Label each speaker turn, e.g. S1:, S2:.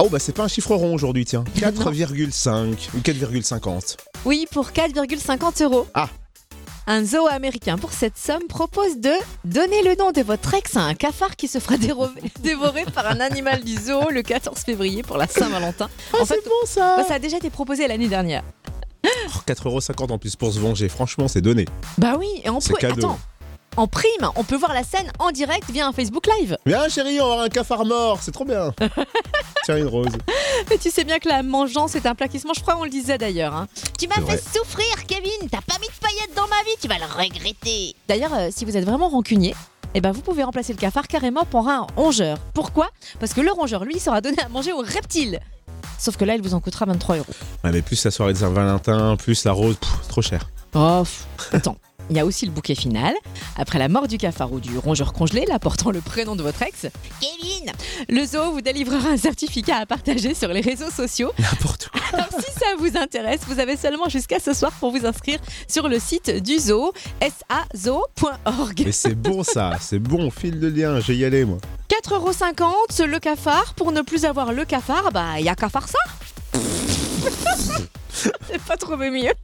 S1: Oh, bah c'est pas un chiffre rond aujourd'hui, tiens. 4,5 ou 4,50.
S2: Oui, pour 4,50 euros.
S1: Ah.
S2: Un zoo américain pour cette somme propose de donner le nom de votre ex à un cafard qui se fera déro- dévorer par un animal du zoo le 14 février pour la Saint-Valentin. en fait,
S1: Oh, bon ça Oh,
S2: bah, ça a déjà été proposé l'année dernière.
S1: 4,50€ en plus pour se venger, franchement, c'est donné.
S2: Bah oui, et en
S1: C'est
S2: pro-
S1: cadeau.
S2: Attends, en prime, on peut voir la scène en direct via un Facebook Live.
S1: Viens, chérie, on va avoir un cafard mort, c'est trop bien. tiens, une rose.
S2: Mais tu sais bien que la mangeance est un plat qui se mange froid, on le disait d'ailleurs. hein.
S3: Tu m'as
S1: C'est
S3: fait
S1: vrai.
S3: souffrir, Kevin. T'as pas mis de paillettes dans ma vie, tu vas le regretter.
S2: D'ailleurs, euh, si vous êtes vraiment rancunier, eh ben vous pouvez remplacer le cafard carrément pour un rongeur. Pourquoi Parce que le rongeur, lui, sera donné à manger aux reptiles. Sauf que là, il vous en coûtera 23 euros.
S1: Ouais, mais plus la soirée de Saint-Valentin, plus la rose, pff, c'est trop cher.
S2: Oh, pff, attends. Il y a aussi le bouquet final. Après la mort du cafard ou du rongeur congelé, là portant le prénom de votre ex,
S3: Kevin,
S2: le zoo vous délivrera un certificat à partager sur les réseaux sociaux.
S1: N'importe quoi.
S2: Alors si ça vous intéresse, vous avez seulement jusqu'à ce soir pour vous inscrire sur le site du zoo, sazoo.org.
S1: Mais c'est bon ça, c'est bon, file le lien, je vais y aller moi.
S2: 4,50€ le cafard. Pour ne plus avoir le cafard, bah, il y a cafard ça. C'est pas trouvé mieux.